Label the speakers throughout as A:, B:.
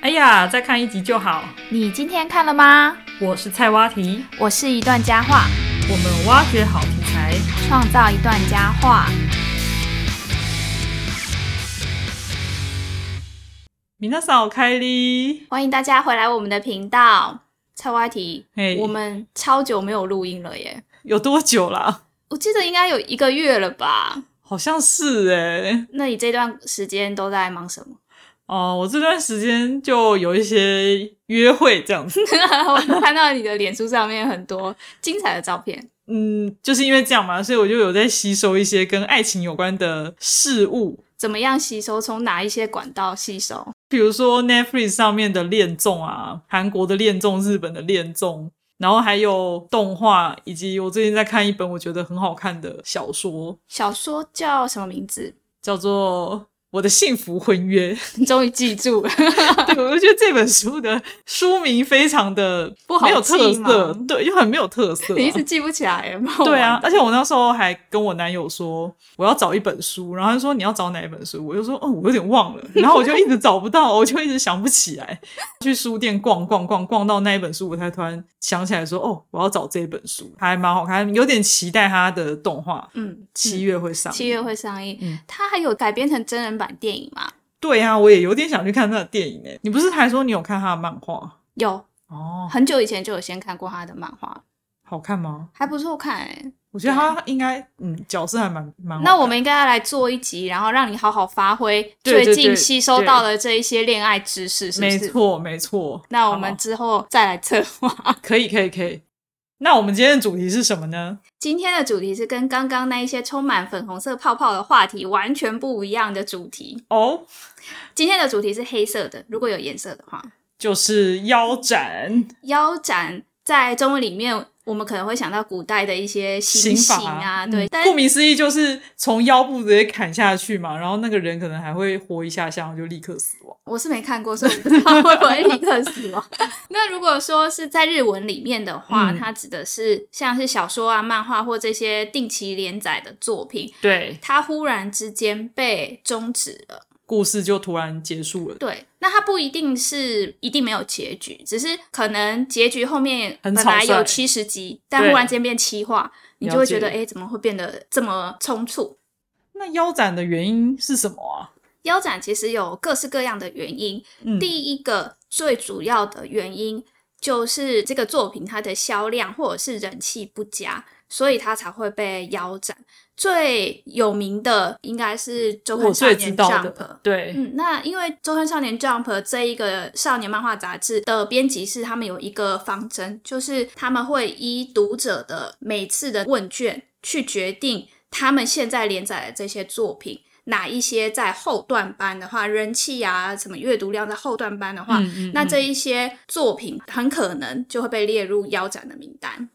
A: 哎呀，再看一集就好。
B: 你今天看了吗？
A: 我是菜蛙题，
B: 我是一段佳话，
A: 我们挖掘好题材。
B: 创造一段佳话。
A: 米娜嫂开哩，
B: 欢迎大家回来我们的频道。蔡歪题
A: 嘿，
B: 我们超久没有录音了耶，
A: 有多久啦？
B: 我记得应该有一个月了吧？
A: 好像是哎、
B: 那你这段时间都在忙什么？
A: 哦，我这段时间就有一些约会这样 子。
B: 我看到你的脸书上面很多精彩的照片，
A: 嗯，就是因为这样嘛，所以我就有在吸收一些跟爱情有关的事物，
B: 怎么样吸收？从哪一些管道吸收？
A: 比如说 Netflix 上面的恋综啊，韩国的恋综、日本的恋综，然后还有动画，以及我最近在看一本我觉得很好看的小说，
B: 小说叫什么名字？
A: 叫做《我的幸福婚约》。
B: 你终于记住了，
A: 对，啊我就觉得这本书的书名非常的
B: 不好
A: 没有特
B: 记吗
A: 色，对，又很没有特色、啊。
B: 你一直记不起来，蛮好玩的
A: 对啊，而且我那时候还跟我男友说我要找一本书，然后他说你要找哪一本书，我就说哦我有点忘了，然后我就一直找不到，我就一直想不起来。去书店逛逛逛逛到那一本书，我才突然想起来说哦我要找这本书，还蛮好看，有点期待它的动画
B: 嗯，
A: 七月会上。
B: 七月会上映，
A: 嗯
B: 它还有改编成真人版电影吗？
A: 对啊，我也有点想去看他的电影欸诶。你不是还说你有看他的漫画
B: 有，
A: 哦？
B: 很久以前就有先看过他的漫画，
A: 好看吗？
B: 还不错看哎、
A: 我觉得他应该嗯角色还蛮蛮好看的。
B: 那我们应该要来做一集，然后让你好好发挥
A: 对对
B: 最
A: 对
B: 近吸收到的这一些恋爱知识，是不
A: 没
B: 是？
A: 错没错，
B: 那我
A: 好
B: 们之后再来策划。
A: 啊可以，可以，可以。那我们今天的主题是什么呢？
B: 今天的主题是跟刚刚那一些充满粉红色泡泡的话题完全不一样的主题。
A: 哦，
B: 今天的主题是黑色的，如果有颜色的话，
A: 就是腰斩。
B: 腰斩在中文里面，我们可能会想到古代的一些
A: 刑
B: 行
A: 法
B: 刑啊，对，
A: 嗯
B: 但
A: 顾名思义就是从腰部直接砍下去嘛，然后那个人可能还会活一下下，然后就立刻死亡。
B: 我是没看过，所以我不知道会不会立刻死亡。 那如果说是在日文里面的话，
A: 嗯
B: 它指的是像是小说啊、漫画或这些定期连载的作品，
A: 对，
B: 它忽然之间被终止了。
A: 故事就突然结束了，
B: 对，那它不一定是一定没有结局，只是可能结局后面
A: 很
B: 本
A: 草率
B: 来有七十集，但
A: 对
B: 忽然间变七话，你就会觉得
A: 了
B: 哎、诶怎么会变得这么匆促？
A: 那腰斩的原因是什么啊？
B: 腰斩其实有各式各样的原因，
A: 嗯，
B: 第一个最主要的原因就是这个作品它的销量或者是人气不佳，所以它才会被腰斩。最有名的应该是《周
A: 我
B: 刊少
A: 最知
B: 年 Jump
A: 道》的，对，
B: 嗯，那因为《周刊少年 Jump》这一个少年漫画杂志的编辑室，他们有一个方针，就是他们会依读者的每次的问卷去决定他们现在连载的这些作品，哪一些在后段班的话，人气啊，什么阅读量在后段班的话，
A: 嗯嗯
B: 那
A: 嗯
B: 这一些作品很可能就会被列入腰斩的名单。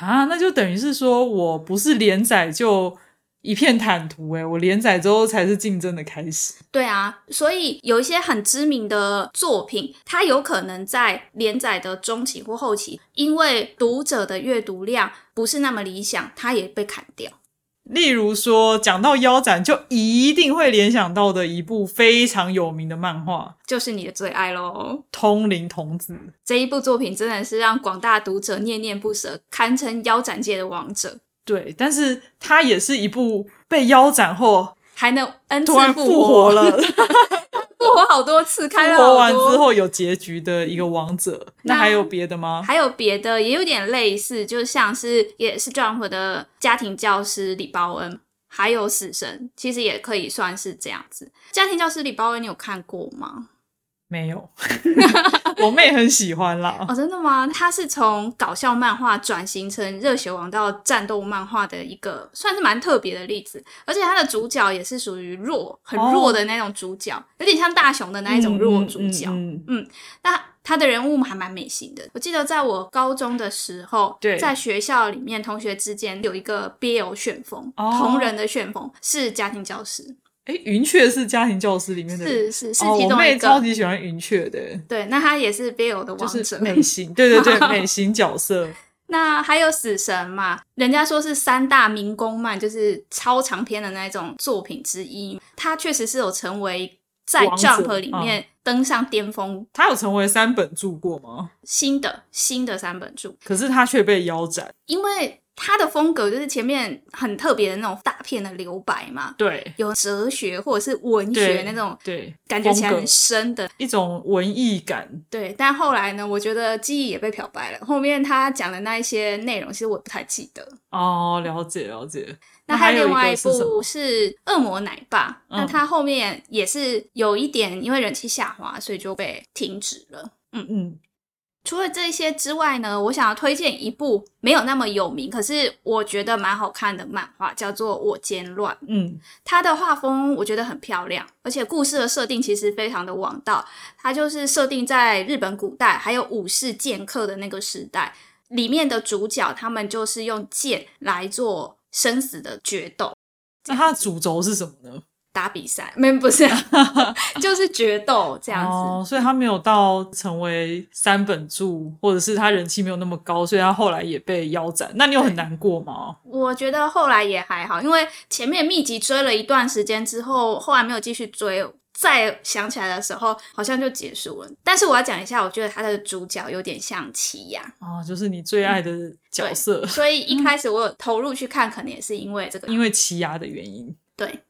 A: 啊，那就等于是说我不是连载就一片坦途、欸，诶，我连载之后才是竞争的开始。
B: 对啊，所以有一些很知名的作品，它有可能在连载的中期或后期，因为读者的阅读量不是那么理想，它也被砍掉。
A: 例如说，讲到腰斩，就一定会联想到的一部非常有名的漫画
B: 就是你的最爱喽！
A: 《通灵童子》。
B: 这一部作品真的是让广大读者念念不舍，堪称腰斩界的王者，
A: 对，但是它也是一部被腰斩后
B: 还能 n 次
A: 突然
B: 复
A: 复活，了，
B: 复活好多次，
A: 复
B: 开了好
A: 活
B: 多
A: 完之后有结局的一个王者。那
B: 那
A: 还有别的吗？
B: 还有别的也有点类似，就像是也是 Jump 的家庭教师李包恩，还有死神，其实也可以算是这样子。家庭教师李包恩，你有看过吗？
A: 没 有，我妹很喜欢啦。
B: 哦，真的吗？他是从搞笑漫画转型成热血王道战斗漫画的一个，算是蛮特别的例子。而且他的主角也是属于弱，很弱的那种主角，有点像大雄的那一种弱主角。
A: 哦嗯嗯嗯嗯
B: 那他的人物还蛮美型的。我记得在我高中的时候，
A: 对
B: 在学校里面同学之间有一个 BL 旋风，
A: 哦
B: 同人的旋风是家庭教师，
A: 诶，云雀是家庭教师里面的人，
B: 是是是
A: 哦，
B: 其
A: 我
B: 中一
A: 妹
B: 个。
A: 超级喜欢云雀的，欸
B: 对，那他也是 BL 的
A: 就
B: 王者。
A: 是美型，对对对，美型角色。
B: 那还有死神嘛，人家说是三大民工漫，就是超长篇的那一种作品之一，它确实是有成为在
A: 王者嗯
B: Jump 里面登上巅峰
A: 他有成为三本柱过吗？
B: 新的新的三本柱，
A: 可是他却被腰斩。
B: 因为他的风格就是前面很特别的那种大片的留白嘛，
A: 对
B: 有哲学或者是文学
A: 对
B: 那种
A: 对，
B: 感觉起来
A: 风格
B: 很深的，
A: 一种文艺感。
B: 对。但后来呢，我觉得记忆也被漂白了，后面他讲的那一些内容，其实我不太记得。
A: 哦，了解了解。
B: 那
A: 还
B: 还有
A: 有
B: 另外
A: 一
B: 一
A: 个是什么
B: 部是《恶魔奶爸》，
A: 嗯
B: 那它后面也是有一点因为人气下滑，所以就被停止了。
A: 嗯，
B: 除了这些之外呢，我想要推荐一部没有那么有名，可是我觉得蛮好看的漫画，叫做《我间乱》。
A: 嗯，
B: 它的画风我觉得很漂亮，而且故事的设定其实非常的王道，它就是设定在日本古代还有武士剑客的那个时代，里面的主角他们就是用剑来做生死的决斗。
A: 那它的主轴是什么呢？
B: 打比赛，没不是， 就是决斗这样子。
A: 哦，所以他没有到成为三本柱，或者是他人气没有那么高，所以他后来也被腰斩。那你有很
B: 对
A: 难过吗？
B: 我觉得后来也还好，因为前面密集追了一段时间之后，后来没有继续追。再想起来的时候，好像就结束了。但是我要讲一下，我觉得他的主角有点像奇亚，
A: 哦，就是你最爱的角色，
B: 所以一开始我有投入去看，可能也是因为这个。
A: 嗯因为奇牙的原因。
B: 对，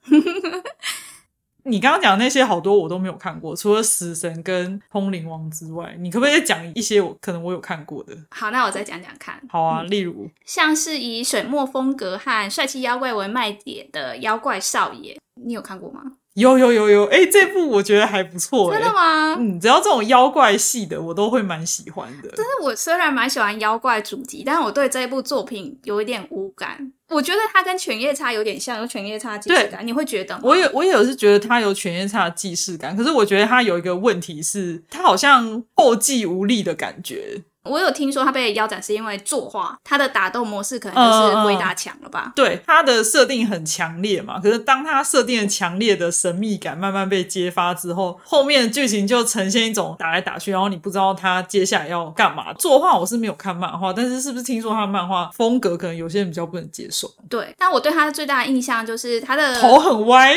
A: 你刚刚讲的那些好多我都没有看过，除了《死神》跟《通灵王》之外，你可不可以再讲一些我可能我有看过的？
B: 好，那我再讲讲看。
A: 好啊，例如
B: 像是以水墨风格和帅气妖怪为卖点的妖怪少爷，你有看过吗？
A: 有有有有，哎、这部我觉得还不错、诶
B: 真的吗？
A: 嗯，只要这种妖怪系的，我都会蛮喜欢的。
B: 但是我虽然蛮喜欢妖怪主题，但我对这一部作品有一点无感。我觉得它跟《犬夜叉》有点像，有《犬夜叉》即视感，你会觉得吗？
A: 我也我也是觉得他有犬夜叉的既视感，可是我觉得他有一个问题是，他好像后继无力的感觉。
B: 我有听说它被腰斩是因为作画，它的打斗模式可
A: 嗯
B: 能就是鬼打墙了吧？
A: 对，他的设定很强烈嘛，可是当他设定的强烈的神秘感慢慢被揭发之后，后面的剧情就呈现一种打来打去，然后你不知道他接下来要干嘛。作画我是没有看漫画，但是是不是听说他的漫画风格可能有些人比较不能接受，
B: 对，但我对它最大的印象就是它的
A: 头很歪。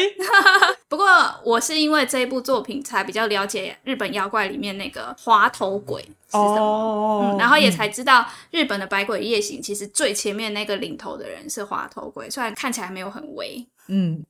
B: 不过我是因为这一部作品才比较了解日本妖怪里面那个滑头鬼是什么。
A: 哦
B: 嗯，然后也才知道日本的《百鬼夜行》其实最前面那个领头的人是滑头鬼，虽然看起来没有很威，
A: 嗯，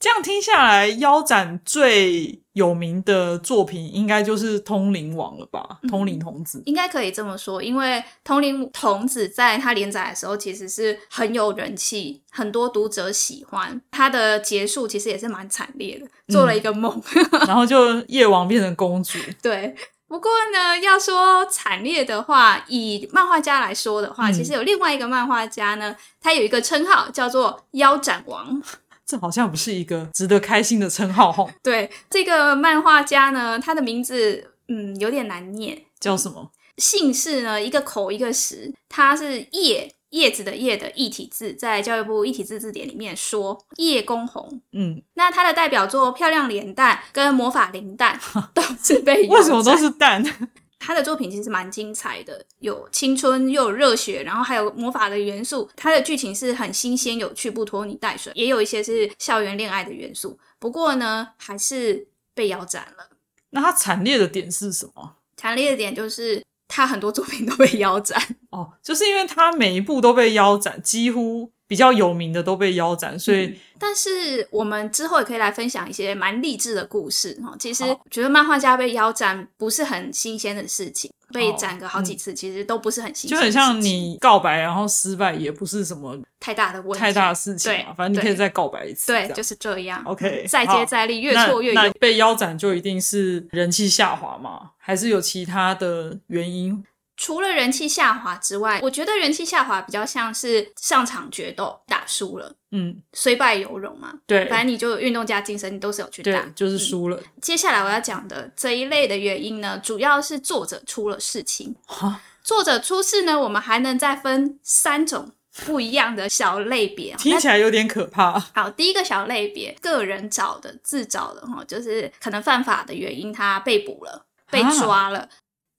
A: 这样听下来，腰斩最有名的作品应该就是《通灵王》了吧？
B: 嗯
A: 通灵童子》
B: 应该可以这么说，因为《通灵童子》在它连载的时候其实是很有人气，很多读者喜欢。它的结束其实也是蛮惨烈的，做了一个梦。
A: 然后就夜王变成公主，
B: 对，不过呢，要说惨烈的话，以漫画家来说的话，
A: 嗯
B: 其实有另外一个漫画家呢，他有一个称号叫做“腰斩王”。
A: 这好像不是一个值得开心的称号哦 吼。
B: 对，这个漫画家呢，他的名字嗯有点难念，
A: 叫什么？
B: 姓氏呢，一个口一个实，它是叶叶子的叶的一体字，在教育部一体字字典里面说叶公红。
A: 嗯，
B: 那它的代表作《漂亮脸蛋》跟《魔法灵蛋》 都是被
A: 为什么
B: 用在
A: 都是蛋？
B: 他的作品其实蛮精彩的，有青春又有热血，然后还有魔法的元素。它的剧情是很新鲜有趣，不拖泥带水，也有一些是校园恋爱的元素。不过呢，还是被腰斩了。
A: 那它惨烈的点是什么？
B: 强烈的点就是他很多作品都被腰斩。
A: 哦，就是因为它每一部都被腰斩，几乎比较有名的都被腰斩，所以
B: 但是我们之后也可以来分享一些蛮励志的故事哦。其实
A: 好
B: 觉得漫画家被腰斩不是很新鲜的事情，被
A: 哦
B: 斩个好几次，其实都不是很新
A: 就
B: 鲜
A: 很
B: 的事情，
A: 像你告白然后失败，也不是什么
B: 太大的问题，
A: 太大的事情嘛，
B: 对
A: 反正你可以
B: 对
A: 再告白一次这样。
B: 对，就是这样。
A: OK，
B: 再接
A: 好
B: 再厉，越
A: 那
B: 挫越
A: 那
B: 勇。
A: 被腰斩就一定是人气下滑吗？还是有其他的原因？
B: 除了人气下滑之外，我觉得人气下滑比较像是上场决斗打输了，
A: 嗯，
B: 虽败犹荣嘛。
A: 对，
B: 反正你就有运动加精神，你都是有去打
A: 对，。就是输了。
B: 接下来我要讲的这一类的原因呢，主要是作者出了事情。
A: 哈
B: 作者出事呢，我们还能再分三种不一样的小类别。
A: 听起来有点可怕。
B: 好，第一个小类别，个人找的、自找的哈，就是可能犯法的原因，他被捕了、被抓了。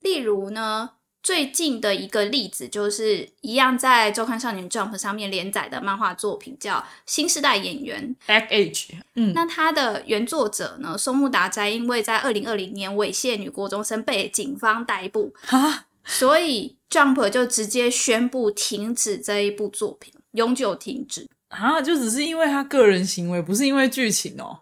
B: 例如呢，最近的一个例子就是一样在周刊少年 Jump 上面连载的漫画作品叫《新时代演员》，
A: Back Age，嗯，
B: 那它的原作者呢，松木达哉，因为在二零二零年猥亵女国中生被警方逮捕，
A: 哈，
B: 所以 Jump 就直接宣布停止这一部作品，永久停止。
A: 啊，就只是因为他个人行为，不是因为剧情哦。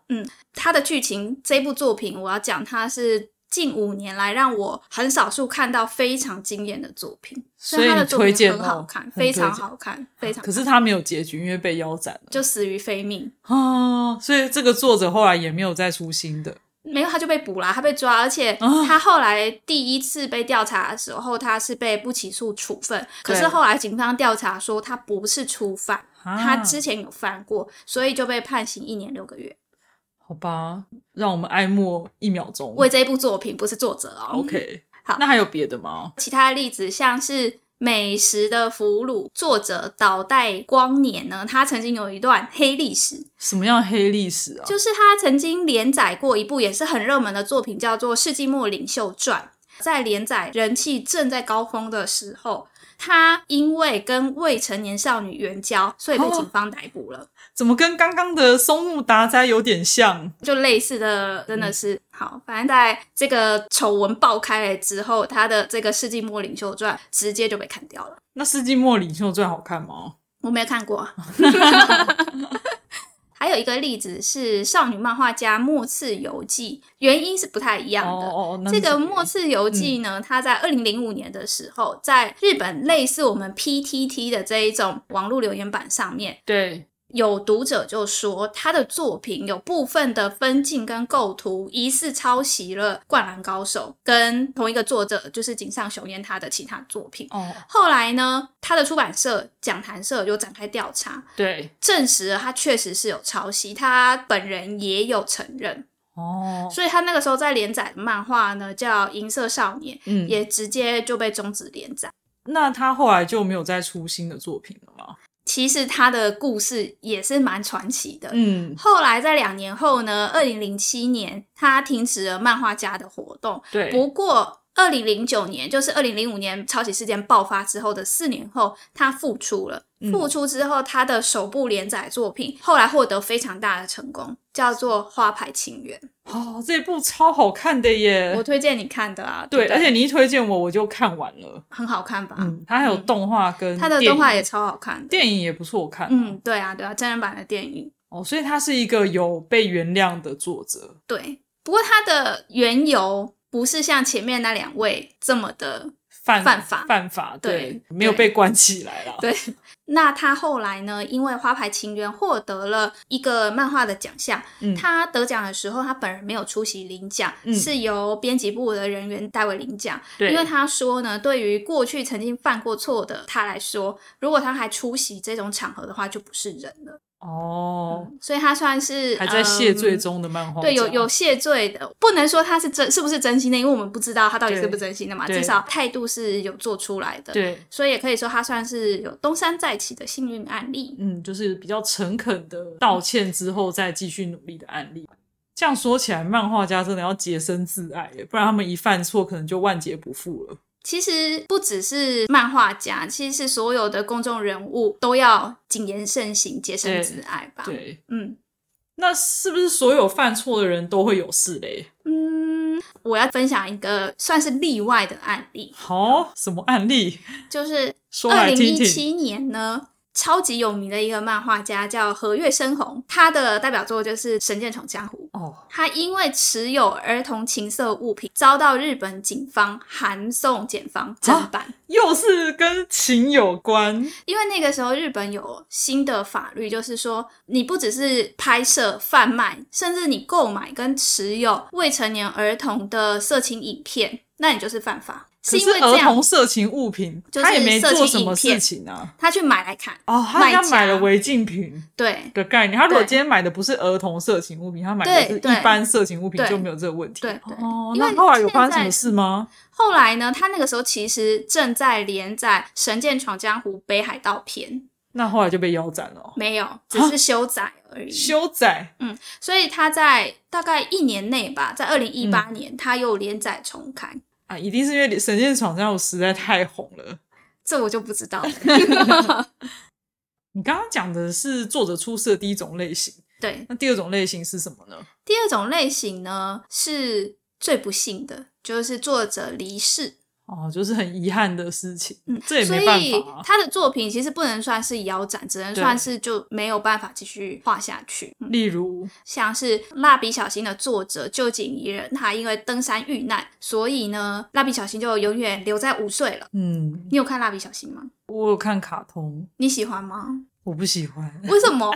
B: 它的剧情，这部作品我要讲，它是近五年来让我很少数看到非常惊艳的作品，
A: 所以
B: 它
A: 你
B: 的作
A: 推
B: 品
A: 荐
B: 很好看，
A: 哦
B: 非常
A: 很推荐
B: 好看，非常
A: 可是他没有结局，因为被腰斩了。
B: 就死于非命。
A: 哦，所以这个作者后来也没有再出新的。
B: 没有，他就被捕啦，他被抓，而且
A: 啊
B: 他后来第一次被调查的时候，他是被不起诉处分，可是
A: 对
B: 后来警方调查说他不是初犯，
A: 啊、
B: 他之前有犯过，所以就被判刑一年六个月。
A: 好吧，让我们哀莫一秒钟。
B: 为这一部作品，不是作者哦。
A: OK，
B: 好
A: 那还有别的吗？
B: 其他的例子像是。美食的俘虏，作者岛代光年呢，他曾经有一段黑历史，
A: 什么样黑历史啊？
B: 就是他曾经连载过一部也是很热门的作品，叫做《世纪末领袖传》。在连载人气正在高峰的时候，他因为跟未成年少女援交，所以被
A: 哦
B: 警方逮捕了。
A: 怎么跟刚刚的松木达哉有点像？
B: 就类似的，真的是、好。反正在这个丑闻爆开来之后，他的这个《世纪末领袖传》直接就被砍掉了。
A: 那《世纪末领袖最好看吗？
B: 我没有看 过。还有一个例子是少女漫画家墨次游记，原因是不太一
A: 哦
B: 样的。
A: 哦，哦那
B: 这
A: 是嗯
B: 个《
A: 什么
B: 末次游记》呢，它在二零零五年的时候，在日本类似我们 PTT 的这一种网络留言板上面，
A: 对
B: 有读者就说他的作品有部分的分镜跟构图疑似抄袭了《灌篮高手》跟同一个作者就是井上雄彦他的其他作品。
A: 哦
B: 后来呢，他的出版社讲坛社有展开调查，
A: 对
B: 证实了他确实是有抄袭，他本人也有承认。
A: 哦
B: 所以他那个时候在连载的漫画呢，叫《银色少年》，
A: 嗯，
B: 也直接就被终止连载。
A: 那他后来就没有再出新的作品了吗？
B: 其实他的故事也是蛮传奇的。
A: 嗯，
B: 后来在两年后呢，二零零七年，他停止了漫画家的活动。
A: 对，
B: 不过，二零零九年，就是二零零五年抄袭事件爆发之后的四年后，他复出了。
A: 嗯
B: 复出之后，他的首部连载作品后来获得非常大的成功，叫做《花牌情缘
A: 哦，这部超好看的》，
B: 我
A: 耶！
B: 推荐你看的啊。
A: 呃对，
B: 不
A: 而且你一推荐我，我就看完了。
B: 很好看吧？
A: 嗯，它还有动画跟
B: 啊他的动
A: 电
B: 画
A: 影
B: 也超好看的。
A: 电影也不错看、嗯，
B: 嗯，对啊，对啊，真人版的电影。
A: 哦，所以他是一个有被原谅的作者。
B: 对，不过他的缘由不是像前面那两位这么的
A: 犯
B: 犯法
A: 犯法，
B: 对
A: 对，没有
B: 对
A: 被关起来啦。
B: 对，那他后来呢，因为《花牌情缘》获得了一个漫画的奖项。
A: 嗯
B: 他得奖的时候，他本人没有出席领奖，
A: 嗯
B: 是由编辑部的人员代为领奖。
A: 对，
B: 因为他说呢，对于过去曾经犯过错的他来说，如果他还出席这种场合的话，就不是人了。
A: 哦，
B: 所以他算是
A: 还在谢罪、
B: 嗯
A: 中的漫画家、
B: 对，有有谢罪的，不能说他是真是不是真心的，因为我们不知道他到底是
A: 对
B: 不是真心的嘛。
A: 对
B: 至少态度是有做出来的。
A: 对，
B: 所以也可以说他算是有东山再起的幸运案例。
A: 嗯，就是比较诚恳的道歉之后再继续努力的案例。这样说起来，漫画家真的要洁身自爱耶，不然他们一犯错，可能就万劫不复了。
B: 其实不只是漫画家，其实所有的公众人物都要谨言慎行、洁身自爱吧。，
A: 对，
B: 嗯
A: 那是不是所有犯错的人都会有事嘞？
B: 嗯，我要分享一个算是例外的案例，
A: 好，什么案例？
B: 就是
A: 说
B: 二
A: 来
B: 零
A: 听
B: 一
A: 听。
B: 七年呢。超级有名的一个漫画家叫和月伸宏，他的代表作就是《神剑闯江湖》。
A: 哦，
B: 他因为持有儿童情色物品，遭到日本警方函送检方侦办。
A: 又是跟情有关，
B: 因为那个时候日本有新的法律，就是说你不只是拍摄、贩卖，甚至你购买跟持有未成年儿童的色情影片，那你就是犯法。
A: 可
B: 因为这
A: 儿
B: 样
A: 童，色情物品，
B: 就是
A: 他也没
B: 色
A: 做
B: 情
A: 什么
B: 影
A: 事
B: 片
A: 情啊。
B: 他去买来看，
A: 哦，他
B: 卖
A: 他
B: 家
A: 买了违禁品
B: 对
A: 的概念。他如果
B: 对
A: 今天买的不是儿童色情物品，他买
B: 对
A: 的是
B: 对
A: 一般色情物品，
B: 对
A: 就没有这个问题。
B: 对对。
A: 哦，
B: 因为
A: 那后来有
B: 现
A: 发生什
B: 在
A: 么事吗？
B: 后来呢，他那个时候其实正在连载《神剑闯江湖》北海道篇，
A: 那后来就被腰斩了哦，
B: 没有，只是修载而已。
A: 修载嗯
B: 所以他在大概一年内吧，在二零一八年，他又连载重刊。
A: 啊，一定是因为《神剑闯江湖》实在太红了。
B: 这我就不 知道了。
A: 你刚刚讲的是作者出色的第一种类型，
B: 对，
A: 那第二种类型是什么呢？
B: 第二种类型呢是最不幸的，就是作者离世。
A: 哦，就是很遗憾的事情，
B: 嗯，
A: 这也
B: 所
A: 没办
B: 以
A: 法、啊。
B: 他的作品其实不能算是腰斩，只能
A: 对
B: 算是就没有办法继续画下去。嗯
A: 例如，
B: 像是《蜡笔小新》的作者旧井仪人，他因为登山遇难，所以呢，蜡笔小新就永远留在五岁了。
A: 嗯，
B: 你有看蜡笔小新吗？
A: 我有看卡通，
B: 你喜欢吗？
A: 我不喜欢，
B: 为什么？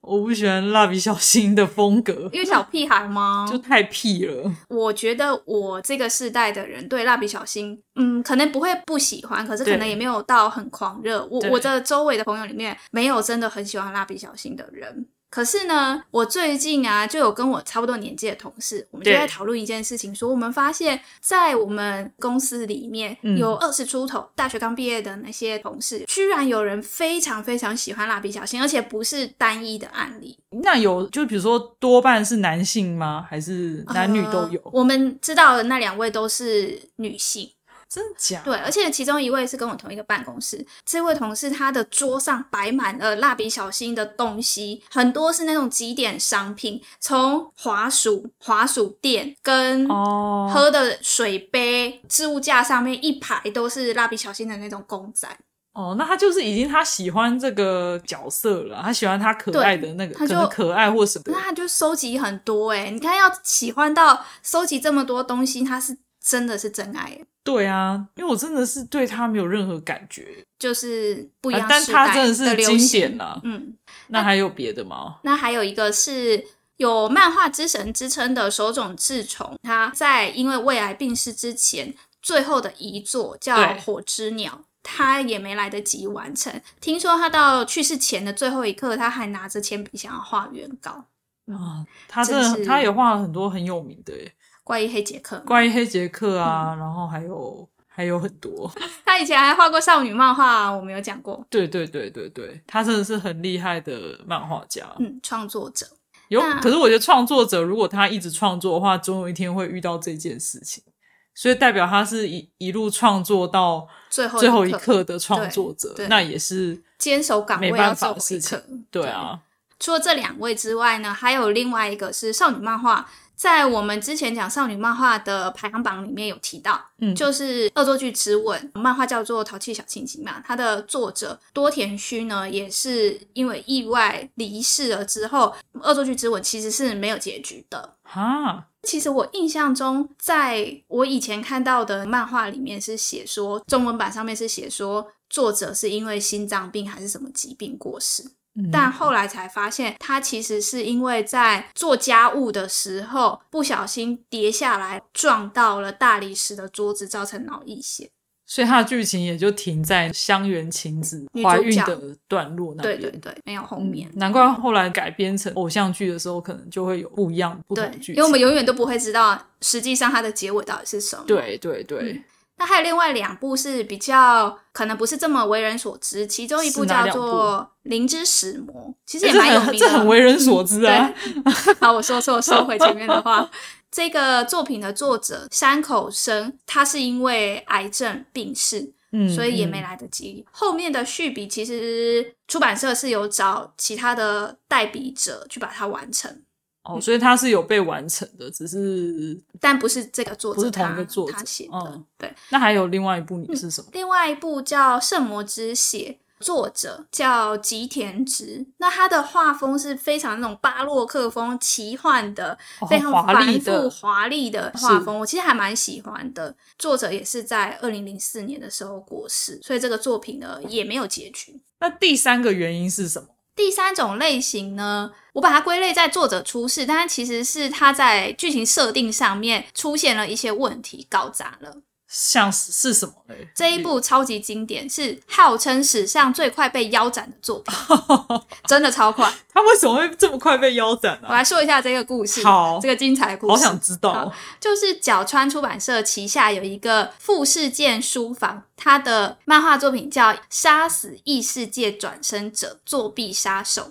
A: 我不喜欢蜡笔小新的风格，
B: 因为小屁孩吗？
A: 就太屁了。
B: 我觉得我这个世代的人对蜡笔小新，嗯，可能不会不喜欢，可是可能
A: 对
B: 也没有到很狂热。我
A: 对
B: 我的周围的朋友里面，没有真的很喜欢蜡笔小新的人。可是呢，我最近啊，就有跟我差不多年纪的同事，我们就
A: 对
B: 在讨论一件事情，说我们发现，在我们公司里面
A: 嗯
B: 有二十出头、大学刚毕业的那些同事，居然有人非常非常喜欢蜡笔小新，而且不是单一的案例。
A: 那有就比如说，多半是男性吗？还是男女都有？
B: 呃我们知道的那两位都是女性，
A: 真的假？
B: 对，而且其中一位是跟我同一个办公室，这位同事他的桌上摆满了蜡笔小新的东西，很多是那种几点商品，从滑鼠、滑鼠垫跟
A: 哦，
B: 喝的水杯，置物架上面一排都是蜡笔小新的那种公仔，
A: 哦，那他就是已经他喜欢这个角色了，他喜欢他可爱的那个，
B: 他
A: 可
B: 就
A: 能可爱或什么
B: 那
A: 的。
B: 他就收集很多哎、你看要喜欢到收集这么多东西，他是真的是真爱欸、
A: 对啊，因为我真的是对他没有任何感觉，
B: 就是不一
A: 啊
B: 样
A: 但
B: 时
A: 他
B: 代
A: 真的是
B: 流
A: 经
B: 行
A: 典啊啦。
B: 嗯。
A: 那还有别的吗？
B: 那还有一个是有漫画之神之称的手冢治虫，他在因为胃癌病逝之前，最后的遗作叫
A: 对
B: 《火之鸟》。他也没来得及完成。听说他到去世前的最后一刻，他还拿着铅笔想要画原稿，
A: 啊，他
B: 嗯真
A: 真的
B: 是
A: 他也画了很多很有名的耶，
B: 怪异黑杰克嘛。
A: 关于黑杰克
B: 嗯
A: 啊，然后还有还有很多。
B: 他以前还画过少女漫画啊，我没有讲过。
A: 对对对对对，他真的是很厉害的漫画家。
B: 嗯，创作者
A: 有
B: 那，
A: 可是我觉得创作者如果他一直创作的话，总有一天会遇到这件事情，所以代表他是一一路创作到
B: 最后
A: 最后
B: 一
A: 一
B: 刻
A: 刻的创作者
B: 对对，
A: 那也是
B: 坚守岗位
A: 没
B: 要
A: 办
B: 最
A: 法
B: 后
A: 的
B: 一
A: 事
B: 刻
A: 情。。对啊，
B: 除了这两位之外呢，还有另外一个是少女漫画，在我们之前讲少女漫画的排行榜里面有提到，
A: 嗯
B: 就是《恶作剧之吻》漫画叫做《淘气小亲亲》嘛，它的作者多田虚呢，也是因为意外离世了之后，《恶作剧之吻》其实是没有结局的。
A: 哈，
B: 其实我印象中，在我以前看到的漫画里面是写说，中文版上面是写说作者是因为心脏病还是什么疾病过世。
A: 嗯
B: 但后来才发现，他其实是因为在做家务的时候不小心跌下来，撞到了大理石的桌子，造成脑溢血。
A: 所以他的剧情也就停在香原晴子
B: 女主
A: 怀孕
B: 角
A: 的段落那
B: 对
A: 边。
B: 对对，没有后
A: 嗯
B: 面。
A: 难怪后来改编成偶像剧的时候，可能就会有不一样不同
B: 对
A: 的，剧情。
B: 因为我们永远都不会知道实际上它的结尾到底是什么。，
A: 对对对，
B: 那还有另外两部是比较可能不是这么为人所知，其中一部
A: 是哪
B: 叫
A: 两部
B: 做《灵之使魔》，其实
A: 欸
B: 也
A: 这
B: 蛮有
A: 很
B: 名的，嗯
A: 这很为人所知啊。
B: 对， 好，我说错，收回前面的 话。这个作品的作者山口生，他是因为癌症病逝，
A: 嗯，
B: 所以也没
A: 嗯。
B: 来得及。后面的续笔其实出版社是有找其他的代笔者去把它完成，
A: 哦，所以他是有被完成的，只是
B: 但不是这个作者，
A: 不是同一个
B: 他
A: 作者
B: 他写的。
A: 嗯
B: 对，
A: 那还有另外一部你是什么？
B: 另外一部叫《圣魔之血》，作者叫吉田直。那他的画风是非常那种巴洛克风、奇幻的，
A: 哦
B: 嗯非常
A: 华
B: 繁
A: 丽
B: 复
A: 的
B: 华丽的画风，我其实还蛮喜欢的。作者也是在二零零四年的时候过世，所以这个作品呢也没有结局。
A: 那第三个原因是什么？
B: 第三种类型呢，我把它归类在作者出世，但其实是他在剧情设定上面出现了一些问题，搞砸了。
A: 像是是什么嘞？
B: 这一部超级经典，是号称史上最快被腰斩的作品， 真的超快。
A: 他为什么会这么快被腰斩
B: 我
A: 啊？
B: 来说一下这个故事，
A: 好
B: 这个精彩的故事，
A: 好想知道
B: 好。就是角川出版社旗下有一个富士见书房，它的漫画作品叫《杀死异世界转生者：作弊杀手》。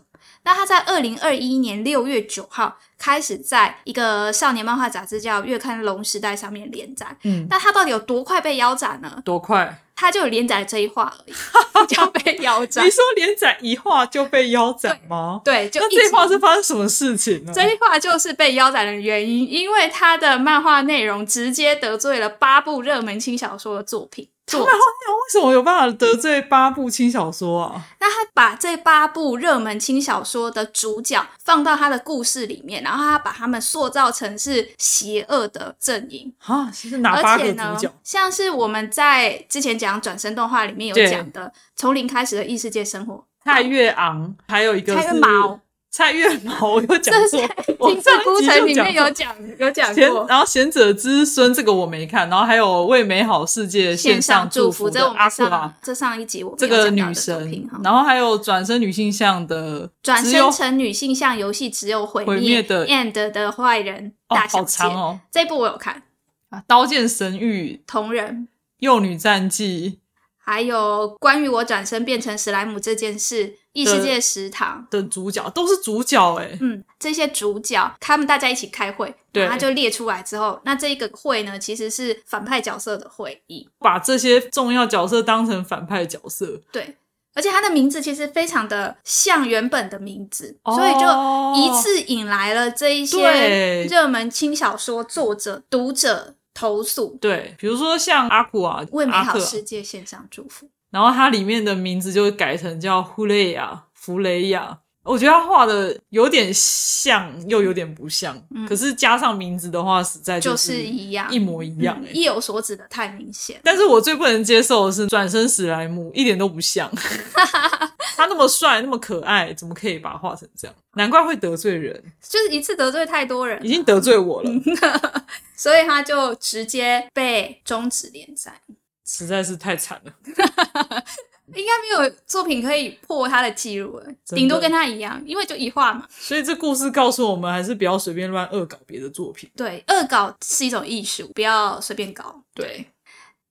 B: 那他在二零二一年六月九号开始在一个少年漫画杂志叫《月刊龙时代》上面连载。
A: 嗯，
B: 那它到底有多快被腰斩呢？
A: 多快！
B: 它就有连载这一话而已， 就被腰 斩
A: 你。说连载一画就被腰斩吗？
B: 对，就
A: 那
B: 一
A: 这一
B: 直
A: 画是发生什么事情呢？
B: 这一话就是被腰斩的原因，因为他的漫画内容直接得罪了八部热门轻小说的作品。作
A: 为什么有办法得罪八部轻小说啊？
B: 那他把这八部热门轻小说的主角放到他的故事里面，然后他把他们塑造成是邪恶的阵营。
A: 啊，是哪八
B: 而
A: 个
B: 且呢
A: 主角？，
B: 像是我们在之前讲转身动画里面有
A: 对
B: 讲的，从零开始的异世界生活，
A: 蔡月昂，还有一个
B: 蔡
A: 是
B: 月毛，
A: 蔡月毛，我有讲
B: 这是
A: 错
B: 在，
A: 我
B: 金色孤城
A: 城
B: 里面有讲有讲
A: 贤
B: 过，。
A: 然后贤者之孙这个我没看，然后还有为美好世界
B: 线
A: 上
B: 祝
A: 福
B: 这
A: 的
B: 我
A: 阿
B: 们
A: 库
B: 上
A: 拉
B: 这上一集我们
A: 这
B: 有
A: 个
B: 讲到
A: 女
B: 的作品
A: 神
B: 哈，
A: 然后还有转身女性向的
B: 转
A: 只有
B: 生成女性向游戏只有毁
A: 毁灭的
B: and 的坏人
A: 哦
B: 大，小
A: 好
B: 姐、
A: 长哦，
B: 这一部我有看，
A: 啊刀剑神域、
B: 同人，
A: 幼女战记
B: 还有关于我转身变成史莱姆这件事，异世界食堂。
A: 的主角都是主角哎、
B: 嗯，这些主角他们大家一起开会，
A: 对
B: 然后他就列出来之后，那这个会呢其实是反派角色的会议，
A: 把这些重要角色当成反派角色，
B: 对，而且他的名字其实非常的像原本的名字，所以就
A: 哦
B: 一次引来了这一些
A: 对
B: 热门轻小说作者、读者投诉。
A: 对，比如说像阿古啊，
B: 为美
A: 阿
B: 好
A: 克啊，
B: 世界献上祝福。
A: 然后它里面的名字就改成叫呼雷亚、弗雷亚。我觉得他画的有点像，又有点不像，
B: 嗯
A: 可是加上名字的话，实在
B: 就是
A: 是
B: 一样
A: 一模一样、
B: 嗯
A: 欸
B: 意有所指的太明显。
A: 但是我最不能接受的是转身史莱姆，一点都不 像。他那么帅，那么可爱，怎么可以把他画成这样？难怪会得罪人，
B: 就是一次得罪太多人
A: 已，经得罪 我了，
B: 所以他就直接被终止连载。
A: 实在是太惨了。
B: 应该没有作品可以破他的记录了，
A: 的
B: 顶多跟他一样，因为就一画嘛。
A: 所以这故事告诉我们，还是不要随便乱恶搞别的作品。
B: 对，恶搞是一种艺术，不要随便搞。
A: 对，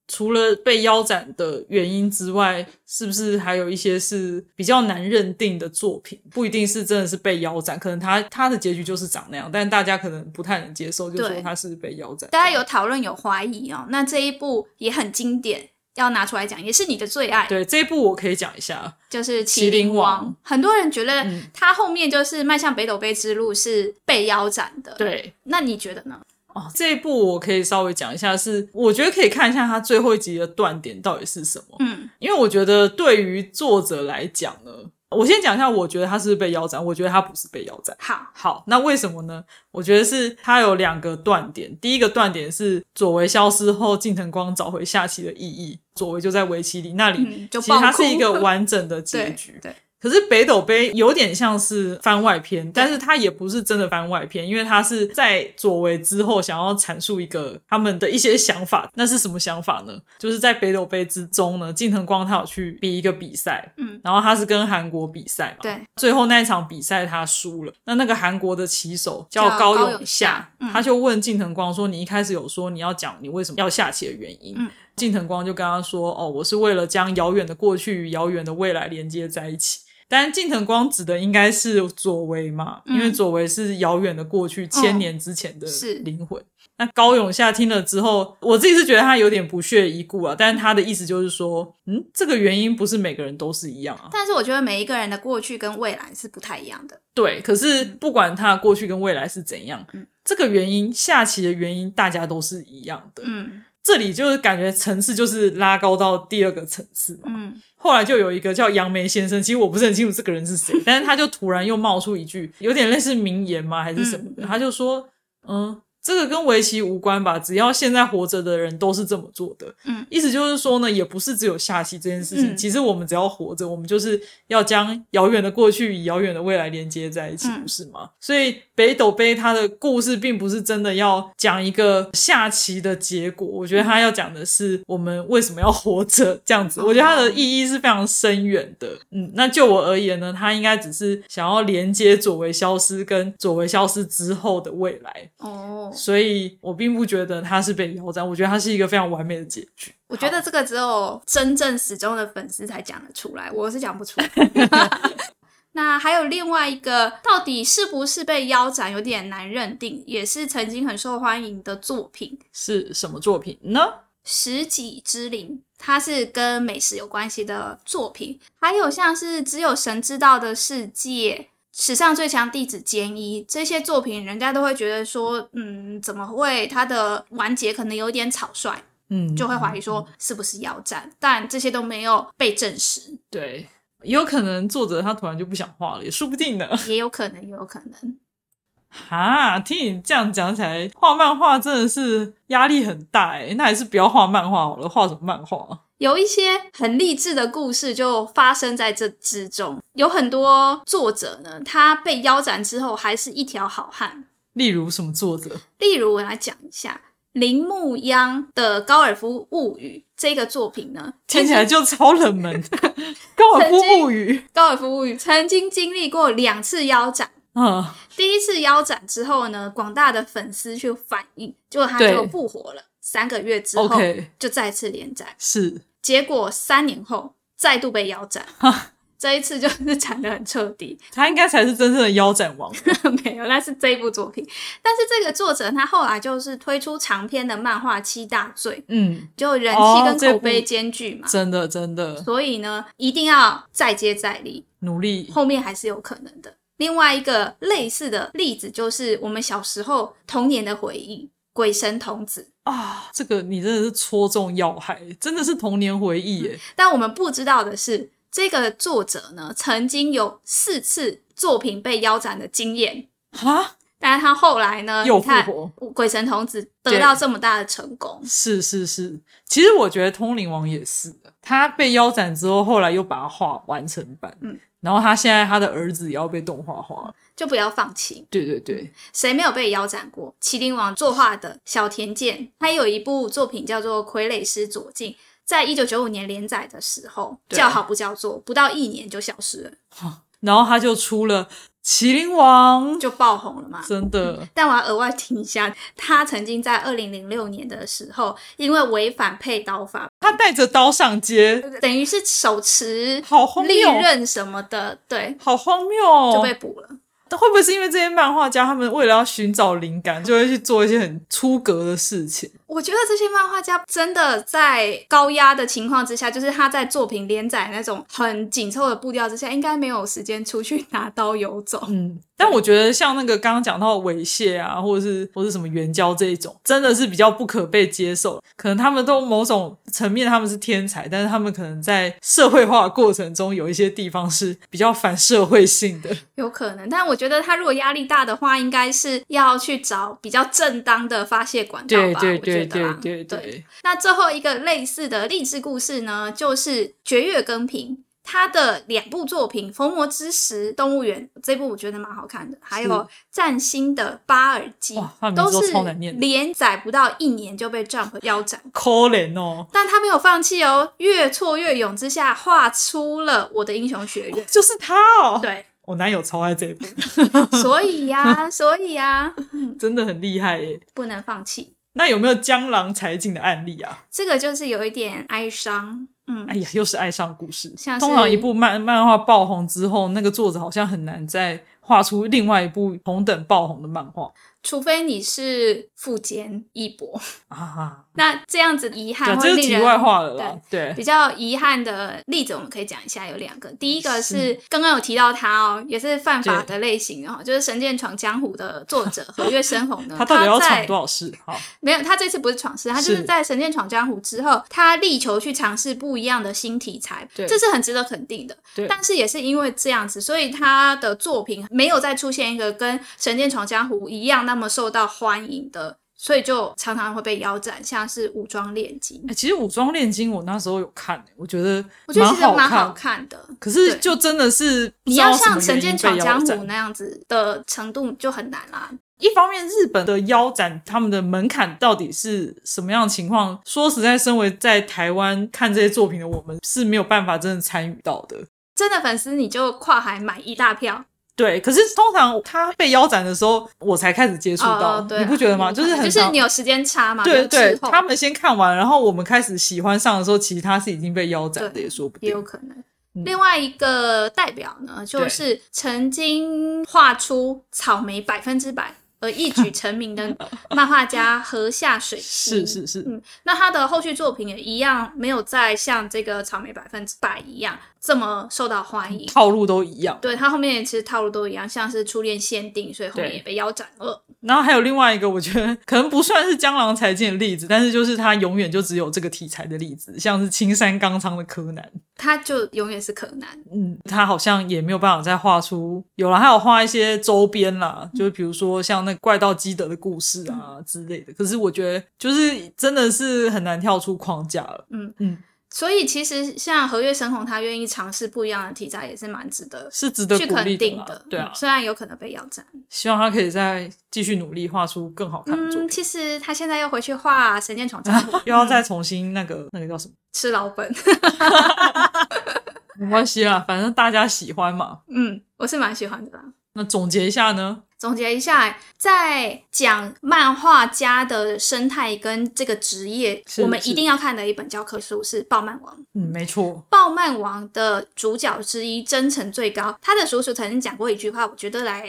A: 除了被腰斩的原因之外，是不是还有一些是比较难认定的作品？不一定是真的是被腰斩，可能他他的结局就是长那样，但大家可能不太能接受，就
B: 对
A: 说他是被腰斩。
B: 大家有讨论有怀疑哦，那这一部也很经典，要拿出来讲，也是你的最爱。
A: 对这一部我可以讲一下，
B: 就是《
A: 麒
B: 麒麟
A: 麟王
B: 很多人觉得
A: 嗯
B: 他后面就是迈向北斗杯之路是被腰斩的。，
A: 对，
B: 那你觉得呢？
A: 哦，这一部我可以稍微讲一下是，我觉得可以看一下它最后一集的断点到底是什么，
B: 嗯，
A: 因为我觉得对于作者来讲呢，我先讲一下，我觉得他是不是被腰斩，我觉得他不是被腰斩。
B: 好，
A: 好，那为什么呢？我觉得是它有两个断点，第一个断点是左为消失后，近藤光找回下棋的意义，左为就在围棋里那里，
B: 嗯就
A: 其实它
B: 爆哭
A: 是一个完整的结
B: 对
A: 局。
B: 对，
A: 可是北斗杯有点像是番外篇，但是它也不是真的番外篇，因为它是在佐为之后想要阐述一个他们的一些想法。那是什么想法呢？就是在北斗杯之中呢，近藤光他有去比一个比赛，
B: 嗯，
A: 然后他是跟韩国比赛嘛，
B: 对，
A: 最后那一场比赛他输了。那那个韩国的棋手叫
B: 叫
A: 高
B: 高
A: 永
B: 永
A: 夏
B: 夏，嗯
A: 他就问近藤光说：“你一开始有说你要讲你为什么要下棋的原因？”
B: 嗯
A: 近藤光就跟他说：“哦，我是为了将遥远的过去与遥远的未来连接在一起。”但近藤光指的应该是佐为嘛，
B: 嗯
A: 因为佐为是遥远的过去，千年之前的
B: 是
A: 灵魂。那高永夏听了之后，我自己是觉得他有点不屑一顾啊，但是他的意思就是说，嗯，这个原因不是每个人都是一样啊，
B: 但是我觉得每一个人的过去跟未来是不太一样的。
A: 对，可是不管他的过去跟未来是怎样，
B: 嗯
A: 这个原因下棋的原因大家都是一样的。
B: 嗯
A: 这里就是感觉层次就是拉高到第二个层次嘛。
B: 嗯，
A: 后来就有一个叫杨梅先生，其实我不是很清楚这个人是谁， 但是他就突然又冒出一句，有点类似名言吗还是什么的，
B: 嗯嗯
A: 他就说：“嗯，这个跟围棋无关吧？只要现在活着的人都是这么做的。”
B: 嗯
A: 意思就是说呢，也不是只有下棋这件事情，
B: 嗯
A: 其实我们只要活着，我们就是要将遥远的过去与遥远的未来连接在一起，
B: 嗯
A: 不是吗？所以北斗杯它的故事并不是真的要讲一个下棋的结果，我觉得它要讲的是我们为什么要活着这样子。我觉得它的意义是非常深远的。嗯，那就我而言呢，它应该只是想要连接左为消失跟左为消失之后的未来，
B: 哦，
A: 所以我并不觉得它是被腰斩，我觉得它是一个非常完美的结局。
B: 我觉得这个只有真正始终的粉丝才讲得出来，我是讲不出来。 那还有另外一个，到底是不是被腰斩有点难认定，也是曾经很受欢迎的作品《
A: 是什么作品呢？
B: 食戟之灵》，它是跟美食有关系的作品。还有像是《只有神知道的世界》。史上最强弟子兼一这些作品，人家都会觉得说，嗯，怎么会它的完结可能有点草率，
A: 嗯，
B: 就会怀疑说是不是腰斩，但这些都没有被证实，
A: 对，也有可能作者他突然就不想画了，也说不定呢。
B: 也有可能，也有可能。
A: 哈，听你这样讲起来，画漫画真的是压力很大哎，那还是不要画漫画好了，画什么漫画？啊
B: 有一些很励志的故事就发生在这之中，有很多作者呢，他被腰斩之后还是一条好汉。
A: 例如什么作者？
B: 例如，我来讲一下铃木央的《高尔夫物语》这个作品呢，
A: 听起来就超冷门，《高尔夫物语
B: 《高尔夫物语》曾经经历过两次腰斩。》
A: 啊，
B: 第一次腰斩之后呢，广大的粉丝去反映，结果他
A: 对
B: 就复活了。三个月之后
A: OK
B: 就再次连载，
A: 是
B: 结果三年后再度被腰斩。 这一次就是斩得很彻底，
A: 他应该才是真正的腰斩王。
B: 没有，那是这一部作品。但是这个作者他后来就是推出长篇的漫画《七大罪
A: 嗯》，，
B: 就人
A: 哦
B: 气跟
A: 这部
B: 口碑兼具 嘛，
A: 真的真的
B: 所以呢一定要再接再厉，
A: 努力
B: 后面还是有可能的。另外一个类似的例子就是我们小时候童年的回忆，《鬼神童子》，
A: 啊！这个你真的是戳中要害，真的是童年回忆耶。
B: 但我们不知道的是，这个作者呢曾经有四次作品被腰斩的经验，
A: 哈，
B: 但是他后来呢，
A: 又
B: 嗯啊你
A: 复
B: 看
A: 活。
B: 《鬼神童子》
A: 对
B: 得到这么大的成功，
A: 是是是，其实我觉得《通灵王》也是的，他被腰斩之后，后来又把它画完成版，
B: 嗯，
A: 然后他现在他的儿子也要被动画化了，
B: 就不要放弃。
A: 对对对，
B: 谁没有被腰斩过？麒麟王作画的小田健，他有一部作品叫做《傀儡师左近》，在一九九五年连载的时候，
A: 对
B: 叫好不叫座，不到一年就消失了，
A: 然后他就出了《麒麟王》，
B: 就爆红了嘛。
A: 真的
B: 但我要额外提一下，他曾经在二零零六年的时候，因为违反配刀法，
A: 他带着刀上街，
B: 等于是手持
A: 好荒
B: 利
A: 谬，
B: 刃什么的，对，
A: 好荒谬
B: 就
A: 哦
B: 被！捕了。
A: 会不会是因为这些漫画家他们为了要寻找灵感，就会去做一些很出格的事情？
B: 我觉得这些漫画家真的在高压的情况之下，就是他在作品连载那种很紧凑的步调之下，应该没有时间出去拿刀游走。
A: 嗯，但我觉得像那个刚刚讲到的猥亵啊，或者是或是什么援交这一种，真的是比较不可被接受。可能他们都某种层面他们是天才，但是他们可能在社会化的过程中有一些地方是比较反社会性的。
B: 有可能，但我觉得他如果压力大的话，应该是要去找比较正当的发泄管道吧。我觉得啦
A: 对
B: 对。那最后一个类似的励志故事呢，就是《绝月更平》。他的两部作品《逢魔之时》《动物园》这部我觉得蛮好看的，还有
A: 是
B: 《占星的巴尔基
A: 哇他》名字
B: 都
A: 都
B: 是
A: 超难念的
B: 连载不到一年就被 Jump 腰斩，
A: 可怜哦，
B: 但他没有放弃哦，越挫越勇之下画出了《我的英雄学院
A: 就是他哦》。。
B: 对，
A: 我男友超爱这一部，
B: 所以呀、所以呀、
A: 真的很厉害耶。
B: 不能放弃。
A: 那有没有江郎才尽的案例啊？
B: 这个就是有一点哀伤，嗯，
A: 哎呀，又是爱上故事。
B: 像是
A: 通常一部漫漫画爆红之后，那个作者好像很难再画出另外一部同等爆红的漫画
B: 除非你是富坚义博，
A: 啊。
B: 那这样子遗
A: 对
B: 憾
A: 啊，
B: 会
A: 这是
B: 令
A: 题
B: 人
A: 外话了啦。对，
B: 比较遗憾的例子，我们可以讲一下，有两个。第一个
A: 是
B: 是刚刚有提到他哦，也是犯法
A: 对
B: 的类型哦，就是《神剑闯江湖》的作者和月生红呢，
A: 他到底要
B: 在
A: 闯多少事？好，
B: 没有，他这次不是闯事，他就是是在《神剑闯江湖》之后，他力求去尝试不一样的新题材，
A: 对
B: 这是很值得肯定的
A: 对。
B: 但是也是因为这样子，所以他的作品没有再出现一个跟《神剑闯江湖》一样那么受到欢迎的，所以就常常会被腰斩，像是《武装炼金》，
A: 哎其实《武装炼金》我那时候有看、我觉得
B: 我觉得其实
A: 好
B: 蛮好
A: 看。
B: 看的。
A: 可是
B: 对
A: 就真的是不
B: 你
A: 知
B: 要
A: 道什
B: 像
A: 么
B: 《神
A: 原
B: 剑
A: 因
B: 闯
A: 被
B: 江
A: 腰
B: 湖》
A: 斩。
B: 那样子的程度就很难啦。
A: 一方面，日本的腰斩他们的门槛到底是什么样的情况？说实在，身为在台湾看这些作品的我们是没有办法真的参与到的。
B: 真的粉丝你就跨海买一大票，
A: 对，可是通常他被腰斩的时候，我才开始接触到，
B: 哦、对啊、
A: 你不觉得吗？
B: 嗯
A: 就是很
B: 就是
A: 常
B: 你有时间差嘛，
A: 对
B: 有
A: 对
B: 滞，后
A: 他们先看完，然后我们开始喜欢上的时候，其实他是已经被腰斩的，
B: 对
A: 也说不
B: 也
A: 定
B: 有。可能。
A: 嗯
B: 另外一个代表呢，就是曾经画出《草莓百分之百》而一举成 名的漫画家河下水希。
A: 是是是，
B: 嗯，那他的后续作品也一样，没有再像这个《草莓百分之百》一样这么受到欢迎。
A: 套路都一样。
B: 对他后面其实套路都一样，像是初恋限定，所以后面
A: 对
B: 也被腰斩了。
A: 然后还有另外一个，我觉得可能不算是江郎才尽的例子，但是就是他永远就只有这个题材的例子，像是青山刚昌的柯南，
B: 他就永远是柯南，
A: 嗯，他好像也没有办法再画出有了，还有画一些周边啦，就是比如说像那怪盗基德的故事啊之类的。可是我觉得就是真的是很难跳出框架了，
B: 嗯
A: 嗯，
B: 所以其实像和月神红，他愿意尝试不一样的题材，也是蛮值得
A: 是值得
B: 去
A: 鼓
B: 肯
A: 励
B: 定
A: 啦
B: 的。
A: 对啊
B: 嗯，虽然有可能被腰斩。
A: 希望他可以再继续努力画出更好看的作
B: 嗯，
A: 品，
B: 其实他现在又回去画《神剑闯江
A: ，
B: 湖》
A: 又要再重新那个那个叫什么？
B: 吃老本。
A: 没关系啦，反正大家喜欢嘛。
B: 嗯，我是蛮喜欢的啦。
A: 那总结一下呢？
B: 总结一下，在讲漫画家的生态跟这个职业，
A: 是
B: 我们
A: 是
B: 一定要看的一本教科书是《暴漫王》。
A: 嗯，没错，
B: 暴漫王的主角之一真诚最高，他的叔叔曾经讲过一句话，我觉得来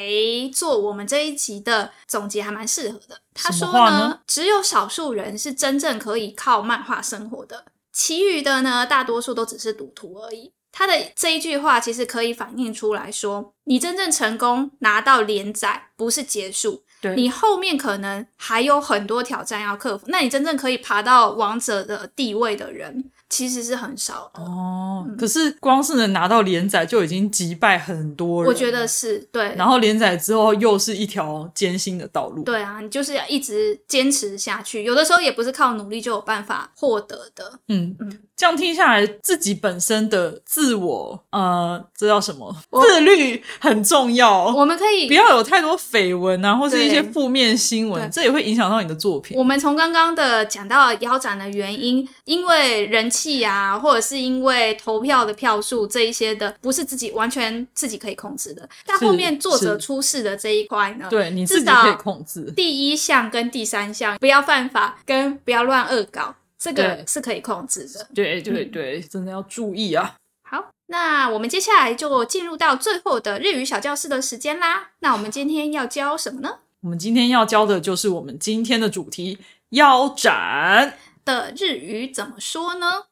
B: 做我们这一集的总结还蛮适合的。他
A: 什
B: 说
A: 么话
B: 呢，
A: 呢
B: 只有少数人是真正可以靠漫画生活的，其余的呢，大多数都只是赌徒而已。他的这一句话其实可以反映出来说，你真正成功拿到连载不是结束，
A: 对
B: 你后面可能还有很多挑战要克服。那你真正可以爬到王者的地位的人，其实是很少的。
A: 哦。
B: 嗯
A: 可是光是能拿到连载就已经击败很多人，
B: 我觉得。是对，
A: 然后连载之后又是一条艰辛的道路，
B: 对啊，你就是要一直坚持下去，有的时候也不是靠努力就有办法获得的。
A: 嗯
B: 嗯，
A: 这样听下来，自己本身的自我，呃，这叫什么？
B: 我
A: 自律很重要，
B: 我们可以
A: 哦不，要有太多绯闻啊，或是一些
B: 对
A: 负面新闻，
B: 对
A: 这也会影响到你的作品。
B: 我们从刚刚的讲到腰斩的原因，因为人气啊，或者是因为投票的票数这一些的，不是自己完全自己可以控制的。但
A: 是
B: 后面作者
A: 是
B: 出事的这一块呢，
A: 对，你
B: 至
A: 自己可以
B: 少
A: 控制。
B: 第一项跟第三项不要犯法，跟不要乱恶搞，这个
A: 对
B: 是可以控制的。
A: 对对
B: 嗯
A: 对，真的要注意啊！
B: 好，那我们接下来就进入到最后的日语小教室的时间啦。那我们今天要教什么呢？
A: 我们今天要教的就是我们今天的主题——腰斩。
B: 的日语怎么说呢？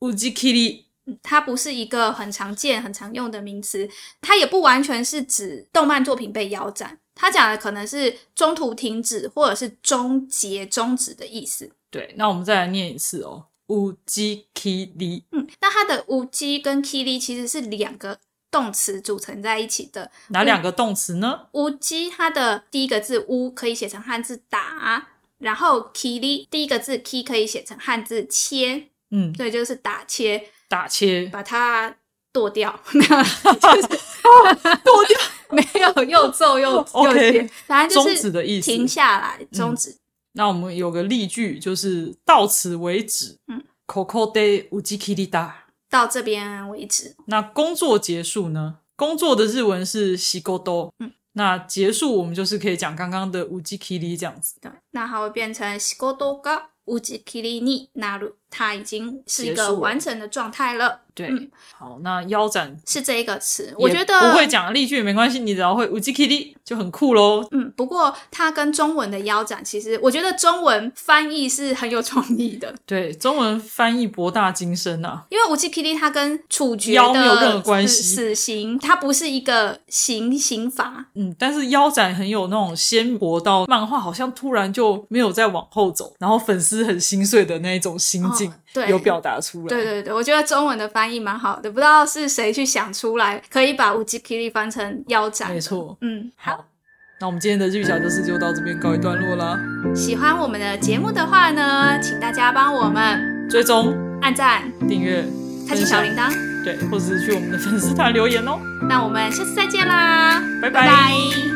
A: 乌吉 k i
B: 嗯它不是一个很常见、很常用的名词，它也不完全是指动漫作品被腰斩，它讲的可能是中途停止或者是终结、终止的意思。
A: 对，那我们再来念一次哦。乌吉 k i
B: 嗯，那它的无机跟 kiri 其实是两个动词组成在一起的，
A: 哪两个动词呢？
B: 乌鸡，它的第一个字乌可以写成汉字打，然后 kili 第一个字 ki 可以写成汉字切，
A: 嗯，
B: 对，就是打切，
A: 打切。
B: 把它剁掉， 没有啦，就是
A: 哦剁掉。哦
B: 没有又皱又又
A: OK
B: 切，反正就
A: 终止的意
B: 是
A: 思嗯
B: 停下来，终止。
A: 那我们有个例句，就是到此为止。
B: 嗯
A: ，Coco de uji kiri da。
B: 到这边为止，
A: 那工作结束呢？工作的日文是西沟多。
B: 嗯，
A: 那结束我们就是可以讲刚刚的 uji kiri 这样子。
B: 对，那它会变成仕事が无机 kili ni naru，它已经是一
A: 结束
B: 个
A: 了
B: 完整的状态了，
A: 对，
B: 嗯
A: 好，那腰斩。
B: 是这一个词。我觉得
A: 不会讲例句也没关系，你只要会 uji kiri 就很酷喽。
B: 嗯，不过它跟中文的腰斩，其实我觉得中文翻译是很有创意的，
A: 对，中文翻译博大精深啊。
B: 因为无期霹雳它跟处决
A: 腰
B: 的
A: 没有任何关
B: 死
A: 系
B: 死刑它不是一个刑刑罚，
A: 嗯，但是腰斩很有那种鲜活到漫画好像突然就没有再往后走，然后粉丝很心碎的那一种心境，
B: 哦对
A: 有表达出来。
B: 对对对，我觉得中文的翻译蛮好的，不知道是谁去想出来可以把无期霹雳翻成腰斩，
A: 没，错。
B: 嗯，好。
A: 好，那我们今天的日语小教室就到这边告一段落啦。
B: 喜欢我们的节目的话呢，请大家帮我们
A: 追踪、
B: 按赞、
A: 订阅、
B: 开启小铃
A: 分
B: 铛，
A: 享，对，或者是去我们的粉丝团留言哦。
B: 那我们下次再见啦，
A: 拜
B: 拜
A: 拜
B: 拜